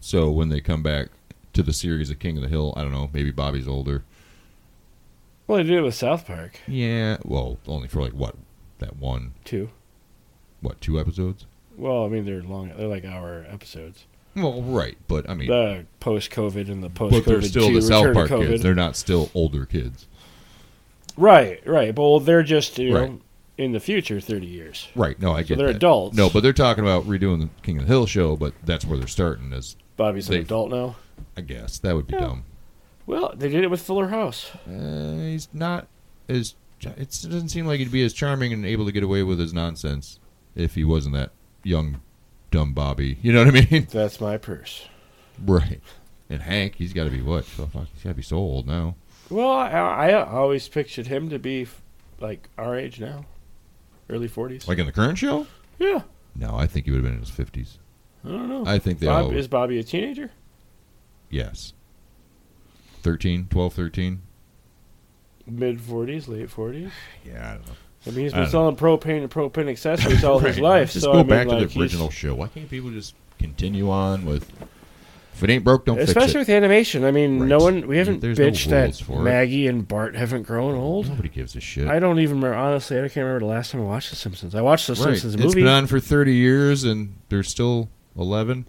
[SPEAKER 2] So when they come back to the series of King of the Hill, I don't know. Maybe Bobby's older.
[SPEAKER 3] Well, they did it with South Park
[SPEAKER 2] Yeah. Well, only for like what that one,
[SPEAKER 3] too.
[SPEAKER 2] what two episodes?
[SPEAKER 3] Well, I mean they're long. They're like hour episodes.
[SPEAKER 2] Well, right, but I mean,
[SPEAKER 3] The post COVID and the post
[SPEAKER 2] but they're
[SPEAKER 3] COVID
[SPEAKER 2] still
[SPEAKER 3] two
[SPEAKER 2] the South
[SPEAKER 3] return
[SPEAKER 2] Park
[SPEAKER 3] to
[SPEAKER 2] kids.
[SPEAKER 3] COVID.
[SPEAKER 2] They're not still older kids.
[SPEAKER 3] Right, right. But well, they're just you
[SPEAKER 2] Right.
[SPEAKER 3] know in the future, thirty years.
[SPEAKER 2] Right. No, I get.
[SPEAKER 3] they're
[SPEAKER 2] that.
[SPEAKER 3] adults.
[SPEAKER 2] No, but they're talking about redoing the King of the Hill show, but that's where they're starting. As
[SPEAKER 3] Bobby's an
[SPEAKER 2] They-
[SPEAKER 3] adult now.
[SPEAKER 2] I guess that would be
[SPEAKER 3] Yeah.
[SPEAKER 2] dumb.
[SPEAKER 3] Well, they did it with Fuller House.
[SPEAKER 2] Uh, he's not as. It doesn't seem like he'd be as charming and able to get away with his nonsense if he wasn't that young dumb Bobby. You know what I mean?
[SPEAKER 3] That's my purse.
[SPEAKER 2] right. And Hank, he's got to be what? So fuck, he's got to be so old now.
[SPEAKER 3] Well, I, I always pictured him to be f- like our age now, early forties.
[SPEAKER 2] Like in the current show?
[SPEAKER 3] yeah,
[SPEAKER 2] No, I think he would have been in his fifties.
[SPEAKER 3] I don't know.
[SPEAKER 2] I think they
[SPEAKER 3] Bob,
[SPEAKER 2] all
[SPEAKER 3] is Bobby a teenager?
[SPEAKER 2] yes. 13, 12, 13?
[SPEAKER 3] Mid forties, late forties.
[SPEAKER 2] Yeah, I don't know.
[SPEAKER 3] I mean, he's
[SPEAKER 2] I don't
[SPEAKER 3] been selling propane and propane accessories all his
[SPEAKER 2] Right.
[SPEAKER 3] life.
[SPEAKER 2] Just
[SPEAKER 3] so
[SPEAKER 2] go
[SPEAKER 3] I mean,
[SPEAKER 2] back
[SPEAKER 3] like,
[SPEAKER 2] to the original
[SPEAKER 3] he's-
[SPEAKER 2] show. Why can't people just continue on with if it ain't broke, don't
[SPEAKER 3] Especially
[SPEAKER 2] fix
[SPEAKER 3] with animation. I mean, no
[SPEAKER 2] Right.
[SPEAKER 3] one. We haven't
[SPEAKER 2] There's no
[SPEAKER 3] bitched
[SPEAKER 2] rules
[SPEAKER 3] that
[SPEAKER 2] for it.
[SPEAKER 3] Maggie and Bart haven't grown
[SPEAKER 2] it.
[SPEAKER 3] old.
[SPEAKER 2] Nobody gives a shit.
[SPEAKER 3] I don't even remember. Honestly, I can't remember the last time I watched The Simpsons. I watched The
[SPEAKER 2] right.
[SPEAKER 3] Simpsons
[SPEAKER 2] It's
[SPEAKER 3] movie.
[SPEAKER 2] been on for thirty years, and they're still eleven.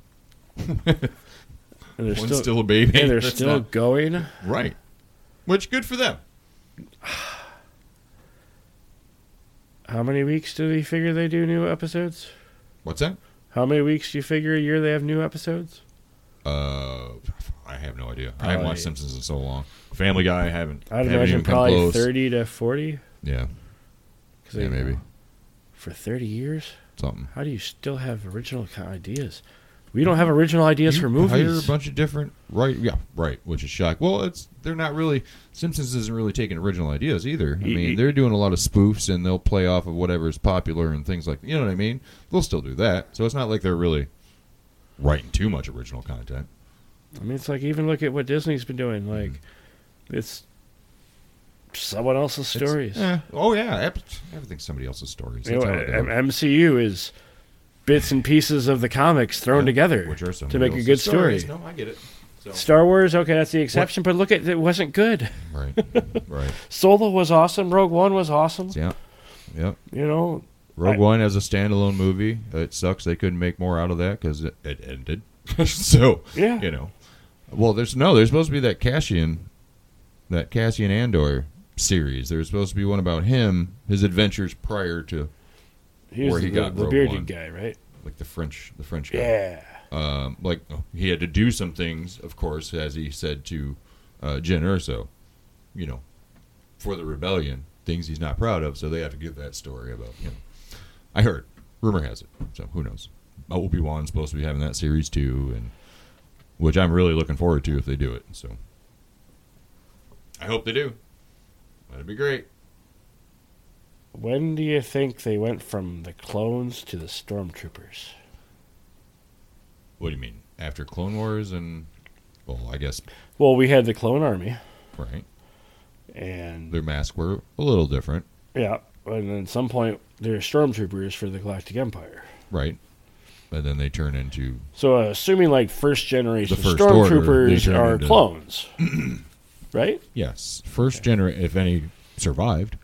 [SPEAKER 3] and they're
[SPEAKER 2] One's
[SPEAKER 3] still,
[SPEAKER 2] still a baby.
[SPEAKER 3] and they're
[SPEAKER 2] That's
[SPEAKER 3] still
[SPEAKER 2] not-
[SPEAKER 3] going.
[SPEAKER 2] right. Which good for them.
[SPEAKER 3] How many weeks do they figure they do new episodes?
[SPEAKER 2] What's that?
[SPEAKER 3] How many weeks do you figure a year they have new episodes?
[SPEAKER 2] Uh, I have no idea. I haven't
[SPEAKER 3] Probably-
[SPEAKER 2] watched Simpsons in so long. Family Guy, I haven't.
[SPEAKER 3] Oh, I'd
[SPEAKER 2] haven't
[SPEAKER 3] imagine
[SPEAKER 2] even come
[SPEAKER 3] probably
[SPEAKER 2] close.
[SPEAKER 3] thirty to forty.
[SPEAKER 2] Yeah,
[SPEAKER 3] 'Cause
[SPEAKER 2] yeah,
[SPEAKER 3] they-
[SPEAKER 2] maybe
[SPEAKER 3] for thirty years.
[SPEAKER 2] something.
[SPEAKER 3] How do you still have original co- ideas? We don't have original ideas
[SPEAKER 2] You
[SPEAKER 3] for
[SPEAKER 2] Hire a
[SPEAKER 3] movies.
[SPEAKER 2] bunch of different right, yeah, right, which is shock. Well, it's they're not really Simpsons isn't really taking original ideas either. I
[SPEAKER 3] Y- y-
[SPEAKER 2] mean, they're doing a lot of spoofs and they'll play off of whatever is popular and things like you know what I mean. They'll still do that, so it's not like they're really writing too much original content.
[SPEAKER 3] I mean, it's like even look at what Disney's been
[SPEAKER 2] Hmm.
[SPEAKER 3] doing. Like, it's someone else's
[SPEAKER 2] It's-
[SPEAKER 3] stories.
[SPEAKER 2] eh, oh yeah, ep- everything's somebody else's stories.
[SPEAKER 3] You know,
[SPEAKER 2] That's how it
[SPEAKER 3] M-
[SPEAKER 2] goes.
[SPEAKER 3] MCU is bits and pieces of the comics thrown
[SPEAKER 2] Yeah,
[SPEAKER 3] together
[SPEAKER 2] which are
[SPEAKER 3] to
[SPEAKER 2] somebody
[SPEAKER 3] make a
[SPEAKER 2] else's
[SPEAKER 3] good story.
[SPEAKER 2] stories. No, I get it. So,
[SPEAKER 3] Star Wars, okay, that's the exception, but look at it wasn't good.
[SPEAKER 2] right, right,
[SPEAKER 3] Solo was awesome. Rogue One was awesome.
[SPEAKER 2] yeah, yeah.
[SPEAKER 3] You know,
[SPEAKER 2] Rogue
[SPEAKER 3] I-
[SPEAKER 2] One as a standalone movie, it sucks they couldn't make more out of that because it, it ended. so
[SPEAKER 3] Yeah.
[SPEAKER 2] you know, well, there's no, there's supposed to be that Cassian, that Cassian Andor series. There's supposed to be one about him, his adventures prior to
[SPEAKER 3] he was
[SPEAKER 2] Where he
[SPEAKER 3] the,
[SPEAKER 2] got
[SPEAKER 3] the
[SPEAKER 2] Rogue
[SPEAKER 3] bearded
[SPEAKER 2] One.
[SPEAKER 3] guy, right?
[SPEAKER 2] like the French, the French guy.
[SPEAKER 3] Yeah.
[SPEAKER 2] Um, like oh, he had to do some things, of course, as he said to uh, Jen Urso, you know, for the rebellion, things he's not proud of. So they have to give that story about him. I heard, rumor has it. So who knows? Obi Wan's supposed to be having that series too, and which I'm really looking forward to if they do it. So I hope they do. That'd be great.
[SPEAKER 3] When do you think they went from the clones to the stormtroopers?
[SPEAKER 2] What do you mean after Clone Wars and? Well, I guess
[SPEAKER 3] Well, we had the clone army,
[SPEAKER 2] right.
[SPEAKER 3] and
[SPEAKER 2] Their masks were a little different.
[SPEAKER 3] yeah, and then at some point they're stormtroopers for the Galactic Empire.
[SPEAKER 2] Right. And then they turn into
[SPEAKER 3] So, uh, assuming like first generation
[SPEAKER 2] The First Order, they
[SPEAKER 3] stormtroopers
[SPEAKER 2] turned
[SPEAKER 3] are
[SPEAKER 2] into-
[SPEAKER 3] clones, right?
[SPEAKER 2] yes, first generation if any survived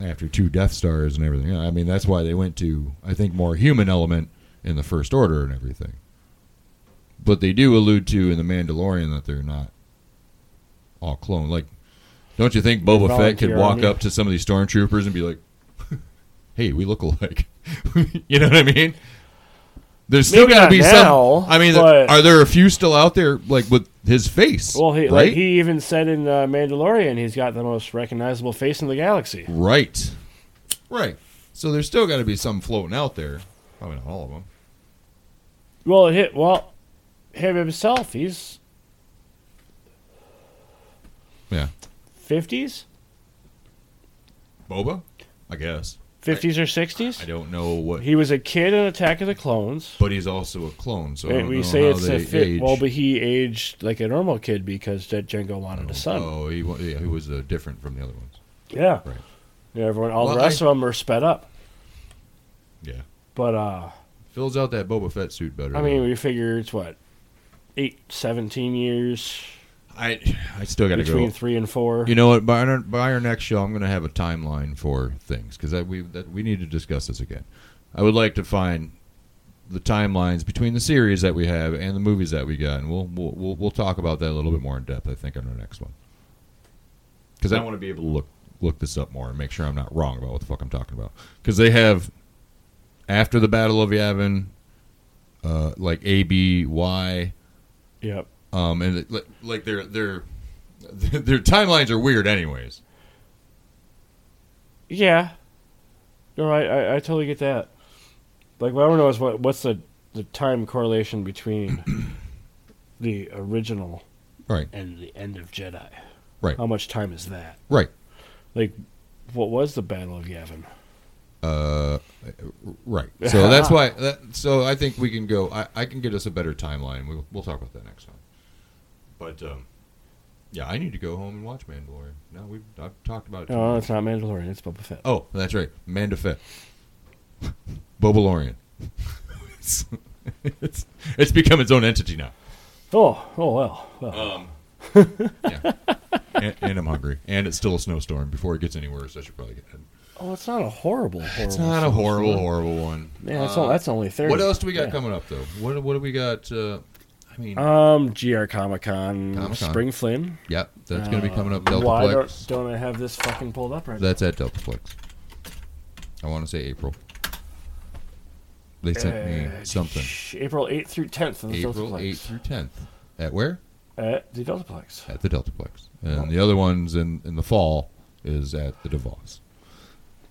[SPEAKER 2] after two Death Stars and everything. I mean, that's why they went to I think more human element in the First Order and everything. But they do allude to in the Mandalorian that they're not all clone. Like, don't you think Boba Fett could
[SPEAKER 3] volunteer
[SPEAKER 2] walk
[SPEAKER 3] army.
[SPEAKER 2] up to some of these stormtroopers and be like, "Hey, we look alike." you know what I mean? There's still
[SPEAKER 3] Maybe
[SPEAKER 2] got to
[SPEAKER 3] not
[SPEAKER 2] be
[SPEAKER 3] now,
[SPEAKER 2] some. I mean,
[SPEAKER 3] but-
[SPEAKER 2] are there a few still out there like with his face?
[SPEAKER 3] Well, he,
[SPEAKER 2] right,
[SPEAKER 3] like, he even said in uh, Mandalorian, he's got the most recognizable face in the galaxy.
[SPEAKER 2] right, right. So there's still got to be some floating out there. Probably not all of them.
[SPEAKER 3] Well, it hit well him himself. He's
[SPEAKER 2] Yeah,
[SPEAKER 3] fifties,
[SPEAKER 2] Boba, I guess.
[SPEAKER 3] fifties or
[SPEAKER 2] I
[SPEAKER 3] sixties.
[SPEAKER 2] don't know what,
[SPEAKER 3] He was a kid in Attack of the Clones.
[SPEAKER 2] but he's also a clone. So I
[SPEAKER 3] And
[SPEAKER 2] don't
[SPEAKER 3] we
[SPEAKER 2] know
[SPEAKER 3] say
[SPEAKER 2] how
[SPEAKER 3] it's
[SPEAKER 2] they
[SPEAKER 3] a fit.
[SPEAKER 2] age.
[SPEAKER 3] Well, but he aged like a normal kid because that Django wanted a son.
[SPEAKER 2] Oh, he, wa- yeah, he was uh, different from the other ones.
[SPEAKER 3] Yeah.
[SPEAKER 2] Right.
[SPEAKER 3] Yeah, everyone. All the
[SPEAKER 2] Well,
[SPEAKER 3] rest
[SPEAKER 2] I-
[SPEAKER 3] of them are sped up.
[SPEAKER 2] Yeah,
[SPEAKER 3] But uh,
[SPEAKER 2] fills out that Boba Fett suit better.
[SPEAKER 3] I
[SPEAKER 2] though.
[SPEAKER 3] mean, we figure it's what eight, 17 years
[SPEAKER 2] I I still got to
[SPEAKER 3] between
[SPEAKER 2] go.
[SPEAKER 3] three and four.
[SPEAKER 2] You know what? By our, by our next show, I'm going to have a timeline for things because that we that we need to discuss this again. I would like to find the timelines between the series that we have and the movies that we got, and we'll we'll we'll, we'll talk about that a little bit more in depth. I think on our next one because I want to be able to look look this up more and make sure I'm not wrong about what the fuck I'm talking about. Because they have after the Battle of Yavin, uh, like A B Y.
[SPEAKER 3] Yep.
[SPEAKER 2] Um, and it, li- like their their their timelines are weird, anyways.
[SPEAKER 3] Yeah. No, I, I, I totally get that. Like, what I want to know is what, what's the, the time correlation between the original
[SPEAKER 2] Right.
[SPEAKER 3] and the end of Jedi?
[SPEAKER 2] Right.
[SPEAKER 3] How much time is that?
[SPEAKER 2] Right.
[SPEAKER 3] Like, what was the Battle of Yavin?
[SPEAKER 2] Uh, right. So that's why. That, so I think we can go. I, I can get us a better timeline. We'll, we'll talk about that next time. But um, yeah, I need to go home and watch Mandalorian. No, we've I've talked about it. too
[SPEAKER 3] No,
[SPEAKER 2] much.
[SPEAKER 3] it's not Mandalorian. It's Boba Fett.
[SPEAKER 2] Oh, that's right. Manda Fett. Bobalorian. it's, it's it's become its own entity now.
[SPEAKER 3] Oh, oh well. well.
[SPEAKER 2] Um, Yeah. and, and I'm hungry. And it's still a snowstorm. Before it gets any worse, I should probably get.
[SPEAKER 3] oh, it's not a horrible, horrible.
[SPEAKER 2] It's not a
[SPEAKER 3] film.
[SPEAKER 2] horrible, horrible one. Uh,
[SPEAKER 3] Man, that's, all, that's only thirty.
[SPEAKER 2] um, What else do we got
[SPEAKER 3] Yeah.
[SPEAKER 2] coming up though? What what do we got? Uh, I mean,
[SPEAKER 3] Um, GR Comic Con,
[SPEAKER 2] Comic-Con.
[SPEAKER 3] Spring Flynn. Um,
[SPEAKER 2] yeah, that's going to be coming up.
[SPEAKER 3] Uh, Why
[SPEAKER 2] Delta
[SPEAKER 3] don't,
[SPEAKER 2] Flex.
[SPEAKER 3] don't I have this fucking pulled up right now?
[SPEAKER 2] That's at Delta Flex. I want to say April. They sent me something.
[SPEAKER 3] Uh, Sh- April 8th through 10th of the
[SPEAKER 2] April
[SPEAKER 3] Deltaplex.
[SPEAKER 2] 8th through 10th. At where?
[SPEAKER 3] At the Deltaplex.
[SPEAKER 2] At the Deltaplex. And the other ones in, in the fall is at the DeVos.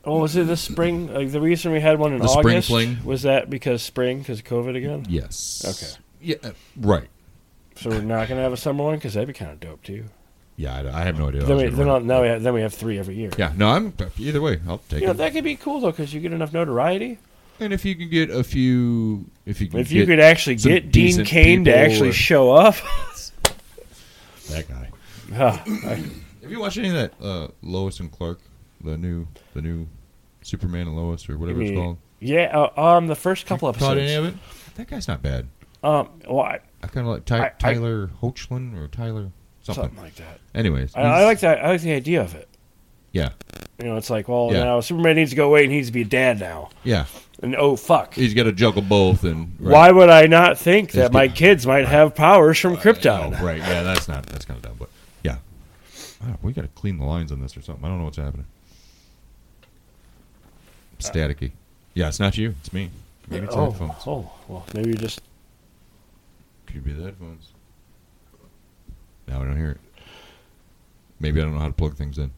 [SPEAKER 3] Oh, was it this spring? Like the reason we had one in
[SPEAKER 2] The spring
[SPEAKER 3] August
[SPEAKER 2] fling?
[SPEAKER 3] was that because spring, because COVID again.
[SPEAKER 2] Yes.
[SPEAKER 3] Okay.
[SPEAKER 2] Yeah, uh, right.
[SPEAKER 3] So we're not gonna have a summer one because that'd be kind of dope too.
[SPEAKER 2] Yeah, I, I have no idea.
[SPEAKER 3] Then
[SPEAKER 2] I
[SPEAKER 3] we,
[SPEAKER 2] was
[SPEAKER 3] then,
[SPEAKER 2] gonna
[SPEAKER 3] I'll,
[SPEAKER 2] run it.
[SPEAKER 3] now we have, then we have three every year.
[SPEAKER 2] yeah, no, I'm either way. I'll take
[SPEAKER 3] You know
[SPEAKER 2] it.
[SPEAKER 3] that could be cool though because you get enough notoriety.
[SPEAKER 2] And if you can get a few, if you can,
[SPEAKER 3] If you
[SPEAKER 2] get
[SPEAKER 3] could actually
[SPEAKER 2] some
[SPEAKER 3] get Dean
[SPEAKER 2] decent
[SPEAKER 3] Kane to
[SPEAKER 2] people
[SPEAKER 3] actually
[SPEAKER 2] or-
[SPEAKER 3] show up.
[SPEAKER 2] that guy.
[SPEAKER 3] Huh.
[SPEAKER 2] Have you watched any of that uh, Lois and Clark, the new, the new Superman and Lois or whatever it's
[SPEAKER 3] mean,
[SPEAKER 2] called?
[SPEAKER 3] yeah, uh, um, the first couple
[SPEAKER 2] You Caught any
[SPEAKER 3] episodes.
[SPEAKER 2] of it? That guy's not bad.
[SPEAKER 3] Um, well, I,
[SPEAKER 2] I kind of like Ty-
[SPEAKER 3] I- I-
[SPEAKER 2] Tyler Hoechlin or Tyler something.
[SPEAKER 3] something like that.
[SPEAKER 2] Anyways,
[SPEAKER 3] I,
[SPEAKER 2] he's-
[SPEAKER 3] I like that. I like the idea of it.
[SPEAKER 2] Yeah,
[SPEAKER 3] You know, it's like, well,
[SPEAKER 2] Yeah.
[SPEAKER 3] now Superman needs to go away and he needs to be a dad now.
[SPEAKER 2] yeah.
[SPEAKER 3] And oh fuck,
[SPEAKER 2] He's got to juggle both and right.
[SPEAKER 3] why would I not think that
[SPEAKER 2] He's
[SPEAKER 3] my
[SPEAKER 2] good.
[SPEAKER 3] kids might have powers from Krypton?
[SPEAKER 2] Oh, right. Yeah, that's not. That's kind of dumb, but yeah. Wow, we got to clean the lines on this or something. I don't know what's happening.
[SPEAKER 3] Uh,
[SPEAKER 2] Staticky. Yeah, it's not you. It's me. Maybe it's
[SPEAKER 3] oh,
[SPEAKER 2] headphones.
[SPEAKER 3] oh, well, maybe you just
[SPEAKER 2] Could be the headphones. Now I don't hear it. Maybe I don't know how to plug things in.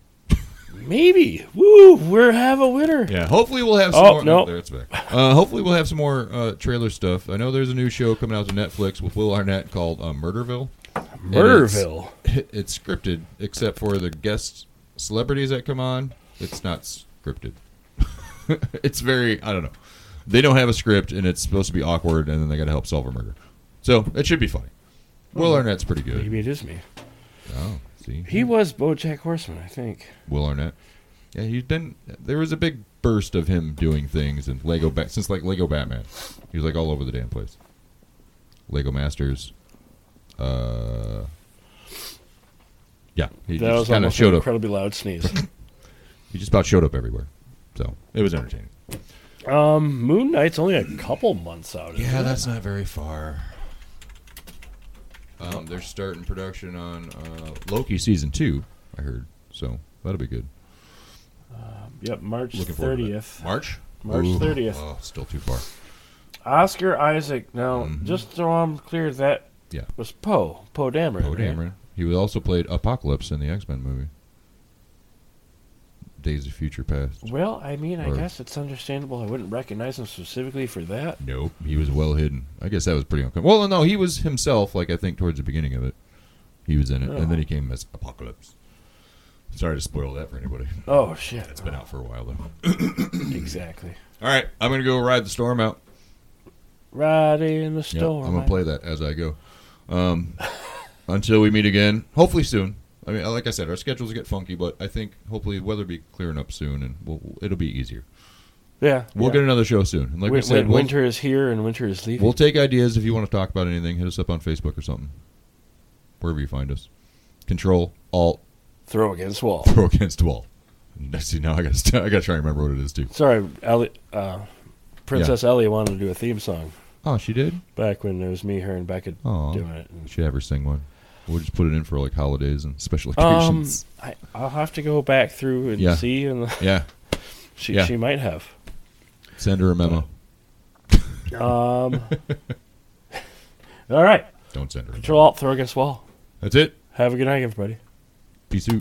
[SPEAKER 3] maybe. Woo, we're have a winner.
[SPEAKER 2] Yeah, hopefully we'll have some
[SPEAKER 3] Oh,
[SPEAKER 2] more.
[SPEAKER 3] no.
[SPEAKER 2] there it's back. Uh, hopefully we'll have some more uh, trailer stuff. I know there's a new show coming out to Netflix with Will Arnett called uh, Murderville. And it's-
[SPEAKER 3] Murderville.
[SPEAKER 2] it's scripted except for the guest celebrities that come on it's not scripted it's very i don't know they don't have a script and it's supposed to be awkward and then they got to help solve a murder so it should be funny will arnett's pretty good
[SPEAKER 3] Mm-hmm. Maybe it is me.
[SPEAKER 2] oh see
[SPEAKER 3] He was BoJack Horseman, I think.
[SPEAKER 2] will arnett yeah he's been there was a big burst of him doing things and lego bat since like lego batman he was like all over the damn place lego masters uh yeah he
[SPEAKER 3] that was
[SPEAKER 2] just kind of
[SPEAKER 3] almost
[SPEAKER 2] showed
[SPEAKER 3] an
[SPEAKER 2] up
[SPEAKER 3] incredibly loud sneeze.
[SPEAKER 2] He just about showed up everywhere. So it was entertaining.
[SPEAKER 3] um, Moon Knight's only a couple months out. isn't it?
[SPEAKER 2] that's not very far. Um, they're starting production on uh, Loki season two. I heard, so that'll be good.
[SPEAKER 3] Yep, March
[SPEAKER 2] Looking forward to that.
[SPEAKER 3] thirtieth.
[SPEAKER 2] March.
[SPEAKER 3] March
[SPEAKER 2] Ooh,
[SPEAKER 3] 30th.
[SPEAKER 2] Oh, still too far.
[SPEAKER 3] Oscar Isaac. Now, just so I'm clear, that
[SPEAKER 2] Mm-hmm. Yeah.
[SPEAKER 3] was Poe. Poe Dameron.
[SPEAKER 2] Poe
[SPEAKER 3] right?
[SPEAKER 2] Dameron. He was also played Apocalypse in the X Men movie. Days of Future Past.
[SPEAKER 3] Well, I mean, I
[SPEAKER 2] Or-
[SPEAKER 3] guess it's understandable. I wouldn't recognize him specifically for that.
[SPEAKER 2] Nope, he was well hidden. I guess that was pretty uncomfortable. Well, no, he was himself. Like I think towards the beginning of it, he was in it, and then he came as Apocalypse. Sorry to spoil that for anybody.
[SPEAKER 3] Oh shit!
[SPEAKER 2] It's been out for a while though.
[SPEAKER 3] Exactly.
[SPEAKER 2] All right, I'm gonna go ride the storm out.
[SPEAKER 3] Riding in the storm.
[SPEAKER 2] I'm gonna play that as I go. Um, until we meet again, hopefully soon. I mean, like I said, our schedules get funky, but I think hopefully the weather will be clearing up soon, and we'll, it'll be easier.
[SPEAKER 3] Yeah.
[SPEAKER 2] We'll
[SPEAKER 3] yeah.
[SPEAKER 2] get another show soon. And like we
[SPEAKER 3] When-
[SPEAKER 2] said,
[SPEAKER 3] when
[SPEAKER 2] we'll-
[SPEAKER 3] winter is here and winter is leaving.
[SPEAKER 2] We'll take ideas if you want to talk about anything. Hit us up on Facebook or something. Wherever you find us. Control Alt
[SPEAKER 3] Throw against wall.
[SPEAKER 2] Pro against wall. See now I gotta st- I gotta try and remember what it is too.
[SPEAKER 3] Sorry, Ellie, uh, Princess Ellie wanted to do a theme song
[SPEAKER 2] Oh, she did.
[SPEAKER 3] back when it was me, her, and Becca
[SPEAKER 2] Aw.
[SPEAKER 3] doing it. And-
[SPEAKER 2] We should have her sing one. We'll just put it in for like holidays and special
[SPEAKER 3] Um,
[SPEAKER 2] occasions.
[SPEAKER 3] I, I'll have to go back through and
[SPEAKER 2] Yeah.
[SPEAKER 3] see, and
[SPEAKER 2] yeah,
[SPEAKER 3] she
[SPEAKER 2] Yeah.
[SPEAKER 3] she might have.
[SPEAKER 2] send her a
[SPEAKER 3] uh,
[SPEAKER 2] memo.
[SPEAKER 3] Um. all right.
[SPEAKER 2] Don't send her. A memo.
[SPEAKER 3] Control Alt. Throw against wall.
[SPEAKER 2] That's it.
[SPEAKER 3] Have a good night, everybody.
[SPEAKER 2] Peace out.